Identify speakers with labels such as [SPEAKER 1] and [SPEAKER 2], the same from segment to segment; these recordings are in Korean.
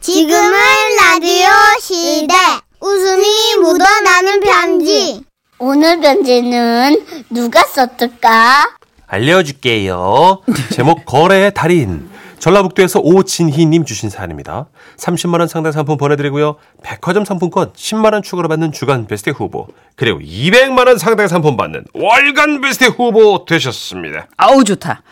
[SPEAKER 1] 지금은 라디오 시대. 웃음이 묻어나는 편지. 오늘 편지는 누가 썼을까?
[SPEAKER 2] 알려줄게요. 제목 거래의 달인. 전라북도에서 오진희님 주신 사연입니다. 30만 원 상당 상품 보내드리고요. 백화점 상품권 10만 원 추가로 받는 주간 베스트 후보 그리고 200만 원 상당 상품 받는 월간 베스트 후보 되셨습니다.
[SPEAKER 3] 아우 좋다.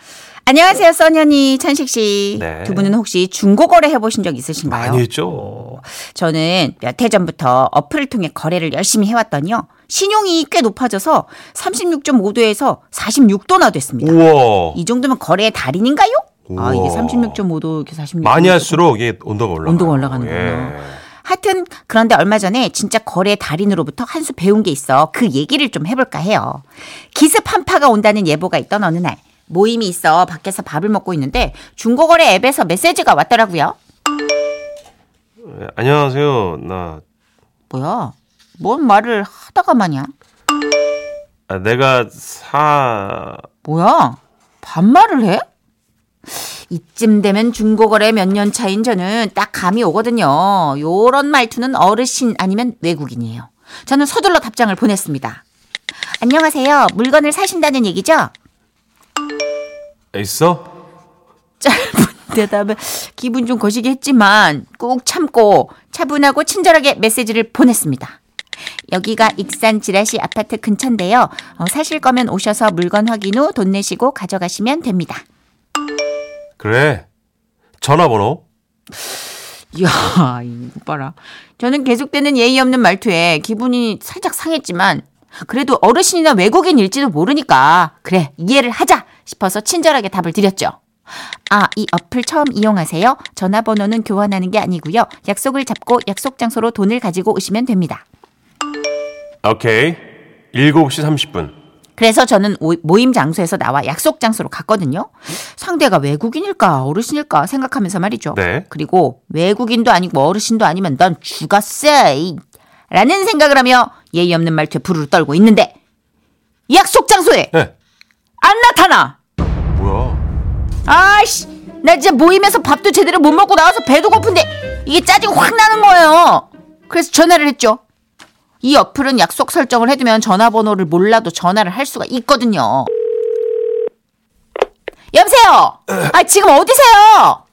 [SPEAKER 3] 안녕하세요, 써년이 천식 씨.
[SPEAKER 2] 네.
[SPEAKER 3] 두 분은 혹시 중고 거래 해보신 적 있으신가요?
[SPEAKER 2] 아니죠?
[SPEAKER 3] 저는 몇 해 전부터 어플을 통해 거래를 열심히 해왔더니요. 신용이 꽤 높아져서 36.5도에서 46도나 됐습니다.
[SPEAKER 2] 우와.
[SPEAKER 3] 이 정도면 거래의 달인인가요? 아, 이게
[SPEAKER 2] 우와.
[SPEAKER 3] 36.5도, 이렇게 46도.
[SPEAKER 2] 많이 할수록 이게 온도가 예. 올라가.
[SPEAKER 3] 온도가 올라가는구나. 하여튼 그런데 얼마 전에 진짜 거래 달인으로부터 한 수 배운 게 있어 그 얘기를 좀 해볼까 해요. 기습 한파가 온다는 예보가 있던 어느 날 모임이 있어 밖에서 밥을 먹고 있는데 중고거래 앱에서 메시지가 왔더라고요.
[SPEAKER 2] 예. 안녕하세요. 나
[SPEAKER 3] 뭐야? 뭔 말을 하다가 마냐?
[SPEAKER 2] 아, 내가 사
[SPEAKER 3] 뭐야? 반말을 해? 이쯤 되면 중고거래 몇 년 차인 저는 딱 감이 오거든요. 요런 말투는 어르신 아니면 외국인이에요. 저는 서둘러 답장을 보냈습니다. 안녕하세요. 물건을 사신다는 얘기죠?
[SPEAKER 2] 있어?
[SPEAKER 3] 짧은 대답에 기분 좀 거시기 했지만 꾹 참고 차분하고 친절하게 메시지를 보냈습니다. 여기가 익산 지라시 아파트 근처인데요. 어, 사실 거면 오셔서 물건 확인 후 돈 내시고 가져가시면 됩니다.
[SPEAKER 2] 그래. 전화번호.
[SPEAKER 3] 이야, 이거 봐라. 저는 계속되는 예의 없는 말투에 기분이 살짝 상했지만 그래도 어르신이나 외국인일지도 모르니까 그래 이해를 하자 싶어서 친절하게 답을 드렸죠. 아, 이 어플 처음 이용하세요? 전화번호는 교환하는 게 아니고요. 약속을 잡고 약속 장소로 돈을 가지고 오시면 됩니다.
[SPEAKER 2] 오케이. 7시 30분.
[SPEAKER 3] 그래서 저는 오- 모임 장소에서 나와 약속 장소로 갔거든요. 상대가 외국인일까 어르신일까 생각하면서 말이죠.
[SPEAKER 2] 네.
[SPEAKER 3] 그리고 외국인도 아니고 어르신도 아니면 난 죽었어. 이. 라는 생각을 하며 예의 없는 말투에 부르르 떨고 있는데 약속 장소에
[SPEAKER 2] 네.
[SPEAKER 3] 안 나타나.
[SPEAKER 2] 뭐야?
[SPEAKER 3] 아이씨 나 진짜 모임에서 밥도 제대로 못 먹고 나와서 배도 고픈데 이게 짜증 확 나는 거예요 그래서 전화를 했죠 이 어플은 약속 설정을 해두면 전화번호를 몰라도 전화를 할 수가 있거든요 여보세요 아 지금 어디세요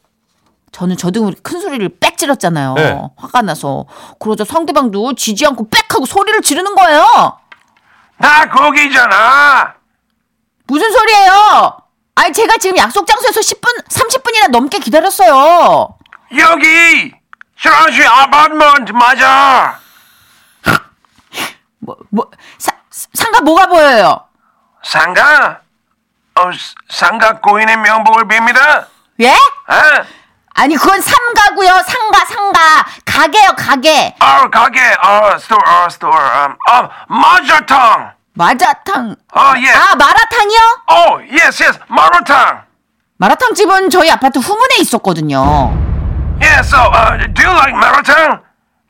[SPEAKER 3] 저는 저등으로 큰 소리를 빽 질렀잖아요
[SPEAKER 2] 네.
[SPEAKER 3] 화가 나서 그러자 상대방도 지지 않고 빽 하고 소리를 지르는 거예요
[SPEAKER 2] 나 거기잖아.
[SPEAKER 3] 무슨 소리예요 아니 제가 지금 약속 장소에서 10분 30분이나 넘게 기다렸어요
[SPEAKER 2] 여기 지라시 아파트먼트 맞아.
[SPEAKER 3] 뭐, 뭐, 사, 사- 상가 뭐가 보여요?
[SPEAKER 2] 상가? 어, 상가 고인의 명복을 빕니다.
[SPEAKER 3] 예?
[SPEAKER 2] 아,
[SPEAKER 3] 아니, 그건 삼가고요 상가, 상가. 가게요, 가게.
[SPEAKER 2] 아 가게, 아 스토어, 아 스토어, 아, 아 마자탕.
[SPEAKER 3] 마라탕.
[SPEAKER 2] 아 예.
[SPEAKER 3] 아, 마라탕이요?
[SPEAKER 2] 오, 예스, 예스, 마라탕.
[SPEAKER 3] 마라탕 집은 저희 아파트 후문에 있었거든요.
[SPEAKER 2] 예, so uh, do you like 마라탕?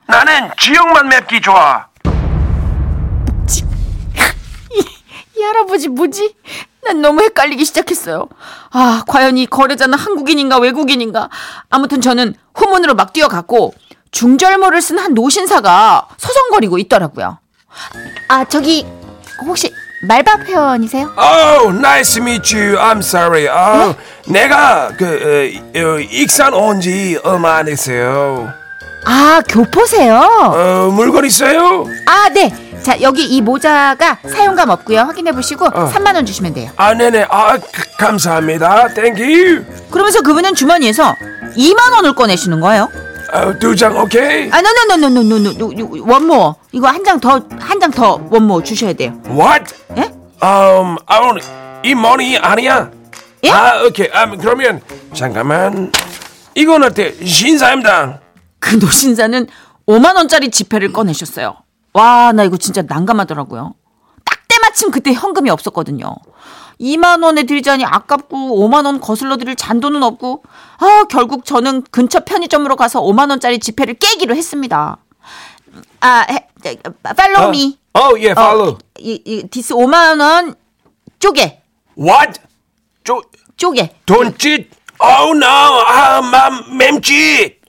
[SPEAKER 2] 나는 지역만 맵기 좋아.
[SPEAKER 3] 이 할아버지 뭐지? 난 너무 헷갈리기 시작했어요. 아, 과연 이 거래자는 한국인인가 외국인인가? 아무튼 저는 후문으로 막 뛰어갔고 중절모를 쓴 한 노신사가 서성거리고 있더라고요. 아, 저기 혹시 말밥 회원이세요?
[SPEAKER 4] Oh, nice to meet you. I'm sorry. 아, 내가 그 어, 어, 익산 온 지 얼마 안 됐어요.
[SPEAKER 3] 아, 교포세요?
[SPEAKER 4] 어, 물건 있어요?
[SPEAKER 3] 아, 네. 자, 여기 이 모자가 사용감 없고요. 확인해 보시고 3만 원 주시면 돼요.
[SPEAKER 4] 아, 네네. 아, 그- 감사합니다. Thank you.
[SPEAKER 3] 그러면서 그분은 주머니에서 2만 원을 꺼내시는 거예요.
[SPEAKER 4] 어, 두장 오케이.
[SPEAKER 3] 아, 노노노노노노노 원모. 이거 한 장 더 한 장 더 원모 주셔야 돼요.
[SPEAKER 4] What?
[SPEAKER 3] 예?
[SPEAKER 4] Um, I don't. 이 money 아니야.
[SPEAKER 3] 예?
[SPEAKER 4] 아, 오케이. 아, 그러면 잠깐만. 이건 어때? 신사임당.
[SPEAKER 3] 그 노신사는 5만 원짜리 지폐를 꺼내셨어요. 와, 나 이거 진짜 난감하더라고요. 딱 때마침 그때 현금이 없었거든요. 2만 원에 들자니 아깝고 5만 원 거슬러 드릴 잔돈은 없고 아, 결국 저는 근처 편의점으로 가서 5만 원짜리 지폐를 깨기로 했습니다. 아, 해, 팔로우 미.
[SPEAKER 4] Oh, yeah.
[SPEAKER 2] 아,
[SPEAKER 4] Follow.
[SPEAKER 3] 이, 이 디스 5만 원 쪼개.
[SPEAKER 4] What? 저
[SPEAKER 3] 쪼개.
[SPEAKER 4] 돈짓? Oh no. 아, 맘 맴짓.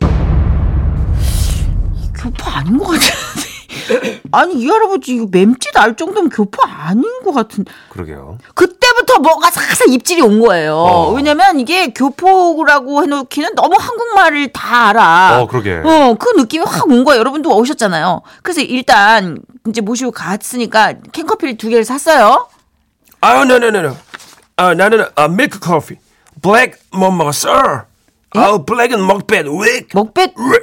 [SPEAKER 3] 교포 아닌 것 같은데. 아니 이 할아버지 이거 맴짓 알 정도면 교포 아닌 것 같은.
[SPEAKER 2] 그러게요.
[SPEAKER 3] 그때부터 뭐가 싹싹 입질이 온 거예요.
[SPEAKER 2] 어.
[SPEAKER 3] 왜냐면 이게 교포라고 해놓기는 너무 한국말을 다 알아.
[SPEAKER 2] 어, 그러게.
[SPEAKER 3] 어, 그 느낌이 확 온 거예요. 여러분도 오셨잖아요. 그래서 일단 이제 모시고 갔으니까 캔커피를 두 개를 샀어요.
[SPEAKER 4] 아, no, no, no, no. 아, 나는 아, 밀크 커피. 블랙 못 먹었어. 아, 블랙은 먹뱃 왜?
[SPEAKER 3] 먹뱃,
[SPEAKER 4] 왜?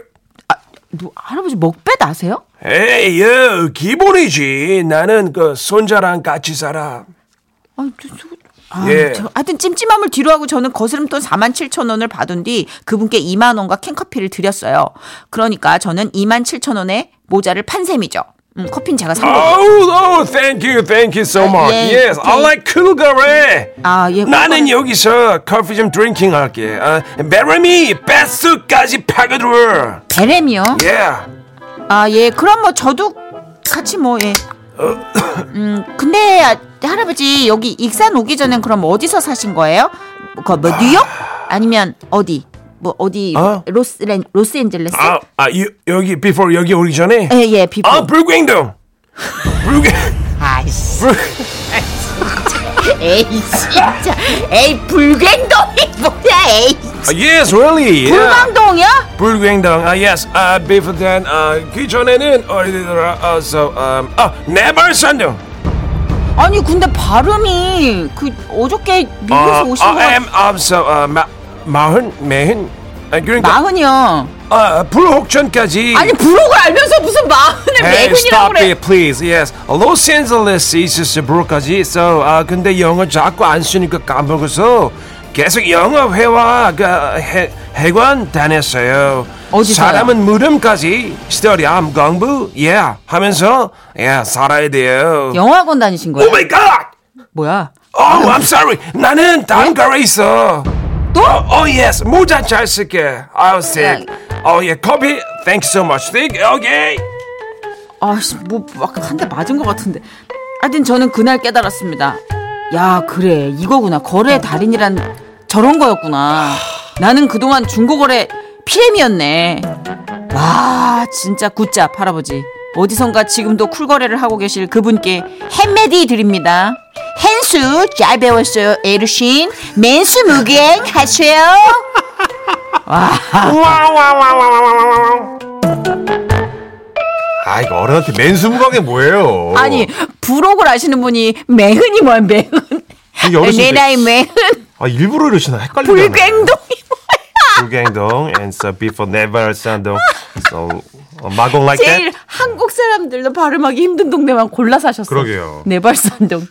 [SPEAKER 3] 뭐, 할아버지 먹뱃 아세요?
[SPEAKER 4] 에이, 예, 기본이지. 나는 그 손자랑 같이 살아.
[SPEAKER 3] 아니, 저, 저, 아,
[SPEAKER 4] 예.
[SPEAKER 3] 저, 하여튼 찜찜함을 뒤로하고 저는 거스름돈 4만 7천 원을 받은 뒤 그분께 2만 원과 캔커피를 드렸어요. 그러니까 저는 2만 7천 원에 모자를 판 셈이죠. 음, 커피는 제가 산 거고.
[SPEAKER 4] Oh, oh, thank you, thank you so much.
[SPEAKER 3] 예,
[SPEAKER 4] yes, I
[SPEAKER 3] 오케이.
[SPEAKER 4] like cool gare.
[SPEAKER 3] 아, 예.
[SPEAKER 4] 나는
[SPEAKER 3] 꿀벌-
[SPEAKER 4] 여기서 커피 좀 드링킹 할게. 아, 베르미 베스까지 파고들어.
[SPEAKER 3] 베렘이요?
[SPEAKER 4] Yeah.
[SPEAKER 3] 아, 예. 그럼 뭐 저도 같이 뭐, 예. 음, 근데 아, 할아버지 여기 익산 오기 전엔 그럼 어디서 사신 거예요? 그, 뭐, 뉴욕? 아니면 어디? 뭐, 어디?
[SPEAKER 4] 어?
[SPEAKER 3] 로스렌, 로스앤젤레스?
[SPEAKER 4] 아, 아 여, 여기 before 여기 오기 전에.
[SPEAKER 3] 예, 예, 비포.
[SPEAKER 4] 아, 불광동. 아, 불광.
[SPEAKER 3] 아이씨. 에이 진짜 에이 불갱동이 뭐야 에이
[SPEAKER 4] yes, really. yeah.
[SPEAKER 3] 불광동이야?
[SPEAKER 4] 불광동. 아, yes. 아, before then. 아, 그 전에는 어디더라? 아, so, um, 아, 네발산동.
[SPEAKER 3] 아니 근데 발음이 그 어저께 미국에서 오신 거
[SPEAKER 4] 아,
[SPEAKER 3] 같...
[SPEAKER 4] I'm, I'm so, 아, 마, 마흔, 매흔. 아, 그러니까
[SPEAKER 3] 마흔이요
[SPEAKER 4] 아, 불혹전까지.
[SPEAKER 3] 아니 블로그 알면서 무슨 마흔에
[SPEAKER 4] Hey,
[SPEAKER 3] 매근이라고
[SPEAKER 4] stop
[SPEAKER 3] 그래
[SPEAKER 4] it, please. Yes, Los Angeles is 브로까지. So, 아 근데 영어 자꾸 안 쓰니까 까먹어서 계속 영어 회화 그, 해, 해관 다녔어요.
[SPEAKER 3] 어디서요?
[SPEAKER 4] 사람은 물음까지 스터디암 공부 예 yeah, 하면서 예 yeah, 살아야 돼요.
[SPEAKER 3] 영어학원 다니신 거예요?
[SPEAKER 4] Oh my God!
[SPEAKER 3] 뭐야
[SPEAKER 4] Oh, I'm sorry. 나는 다음 가래 있어.
[SPEAKER 3] 또? 어, 네,
[SPEAKER 4] Oh, oh yes, 모자 잘 쓸게. I'll sick. Oh yeah, copy. Thank you so much. Thank. you. Okay.
[SPEAKER 3] 아씨 뭐 아까 한 대 맞은 것 같은데 하여튼 저는 그날 깨달았습니다 야 그래 이거구나 거래 달인이란 저런 거였구나 나는 그동안 중고거래 피렘이었네 와 진짜 굿잡 할아버지 어디선가 지금도 쿨거래를 하고 계실 그분께 햄메디 드립니다 헨수 잘 배웠어요 에르신 맨수 무갱 하세요
[SPEAKER 2] 아, 이거 어른한테 맨수무강이 뭐예요?
[SPEAKER 3] 아니 부록을 아시는 분이 매흔이 뭐야 매흔
[SPEAKER 2] 이게 어르신들.
[SPEAKER 3] 내 나이 매흔
[SPEAKER 2] 아, 일부러 이러시나 헷갈리잖아요.
[SPEAKER 3] 불갱동이 뭐
[SPEAKER 2] 불갱동 and so before never 산동. So 어, 마공 like
[SPEAKER 3] 제일
[SPEAKER 2] that.
[SPEAKER 3] 한국 사람들로 발음하기 힘든 동네만 골라 사셨어요.
[SPEAKER 2] 그러게요.
[SPEAKER 3] 네발산동.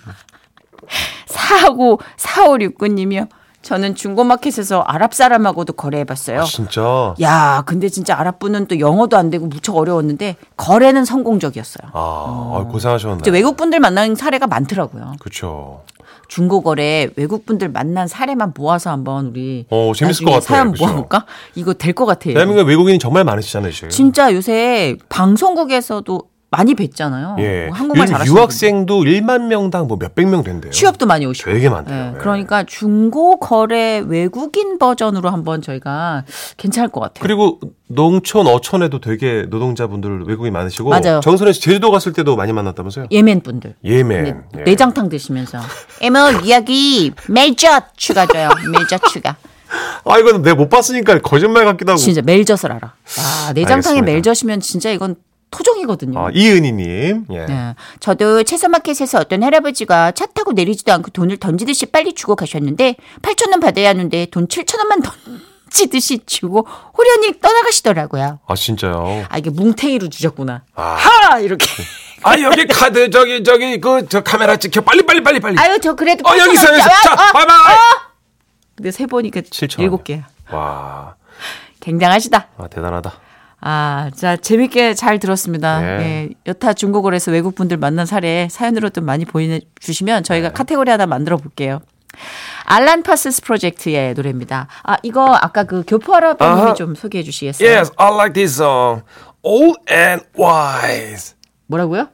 [SPEAKER 3] 사하고 4569님이요. 저는 중고마켓에서 아랍 사람하고도 거래해봤어요.
[SPEAKER 2] 진짜.
[SPEAKER 3] 야, 근데 진짜 아랍 분은 또 영어도 안 되고 무척 어려웠는데 거래는 성공적이었어요.
[SPEAKER 2] 아, 어, 고생하셨네.
[SPEAKER 3] 이제 외국 분들 만난 사례가 많더라고요.
[SPEAKER 2] 그렇죠.
[SPEAKER 3] 중고 거래 외국 분들 만난 사례만 모아서 한번 우리
[SPEAKER 2] 어, 재밌을
[SPEAKER 3] 나중에
[SPEAKER 2] 것 같아요.
[SPEAKER 3] 사연
[SPEAKER 2] 그죠?
[SPEAKER 3] 모아볼까? 이거 될 것 같아요.
[SPEAKER 2] 대한민국 외국인이 정말 많으시잖아요, 지금.
[SPEAKER 3] 진짜 요새 방송국에서도 많이 뵀잖아요.
[SPEAKER 2] 예.
[SPEAKER 3] 뭐 한국말
[SPEAKER 2] 요즘
[SPEAKER 3] 잘하시는
[SPEAKER 2] 유학생도 1만 명당 뭐 몇백 명 된대요.
[SPEAKER 3] 분들. 취업도 많이 오시고.
[SPEAKER 2] 되게 많대요.
[SPEAKER 3] 예,
[SPEAKER 2] 예.
[SPEAKER 3] 그러니까 중고 거래 외국인 버전으로 한번 저희가 괜찮을 것 같아요.
[SPEAKER 2] 그리고 농촌 어촌에도 되게 노동자분들 외국인 많으시고
[SPEAKER 3] 맞아요.
[SPEAKER 2] 정선혜 씨 제주도 갔을 때도 많이 만났다면서요?
[SPEAKER 3] 예멘 분들.
[SPEAKER 2] 예멘. 예.
[SPEAKER 3] 내장탕 드시면서 에머 이야기 멜젓 추가 줘요. 멜젓 추가.
[SPEAKER 2] 아 이건 내가 못 봤으니까 거짓말 같기도 하고.
[SPEAKER 3] 진짜 멜젓을 알아. 와, 내장탕에
[SPEAKER 2] 알겠습니다.
[SPEAKER 3] 멜젓이면 진짜 이건 토종이거든요.
[SPEAKER 2] 아, 이은희님. 예.
[SPEAKER 3] 네. 저도 채소마켓에서 어떤 할아버지가 차 타고 내리지도 않고 돈을 던지듯이 빨리 주고 가셨는데 8천 원 받아야 하는데 돈 7천 원만 던지듯이 주고 호련히 떠나가시더라고요.
[SPEAKER 2] 아 진짜요.
[SPEAKER 3] 아 이게 뭉탱이로 주셨구나.
[SPEAKER 2] 아.
[SPEAKER 3] 하 이렇게.
[SPEAKER 4] 아 여기 카드 저기 저기 그 저 카메라 찍혀 빨리 빨리 빨리 빨리.
[SPEAKER 3] 아유 저 그래도
[SPEAKER 4] 어 여기 있어 여기 있어. 자
[SPEAKER 3] 아,
[SPEAKER 4] 봐봐.
[SPEAKER 3] 근데 세 보니까
[SPEAKER 2] 7천.
[SPEAKER 3] 일곱 개야.
[SPEAKER 2] 와,
[SPEAKER 3] 굉장하시다.
[SPEAKER 2] 아, 대단하다.
[SPEAKER 3] 아, 자 재밌게 잘 들었습니다.
[SPEAKER 2] 네.
[SPEAKER 3] 예, 여타 중고거래에서 외국 분들 만난 사례 사연으로 좀 많이 보내주시면 저희가 카테고리 하나 만들어 볼게요. 알란 파스스 프로젝트의 노래입니다. 아, 이거 아까 그 교포 할아버님이
[SPEAKER 4] 아하. 예.
[SPEAKER 3] 좀 소개해 주시겠어요?
[SPEAKER 4] Yes, I like this song. Old and wise.
[SPEAKER 3] 뭐라고요?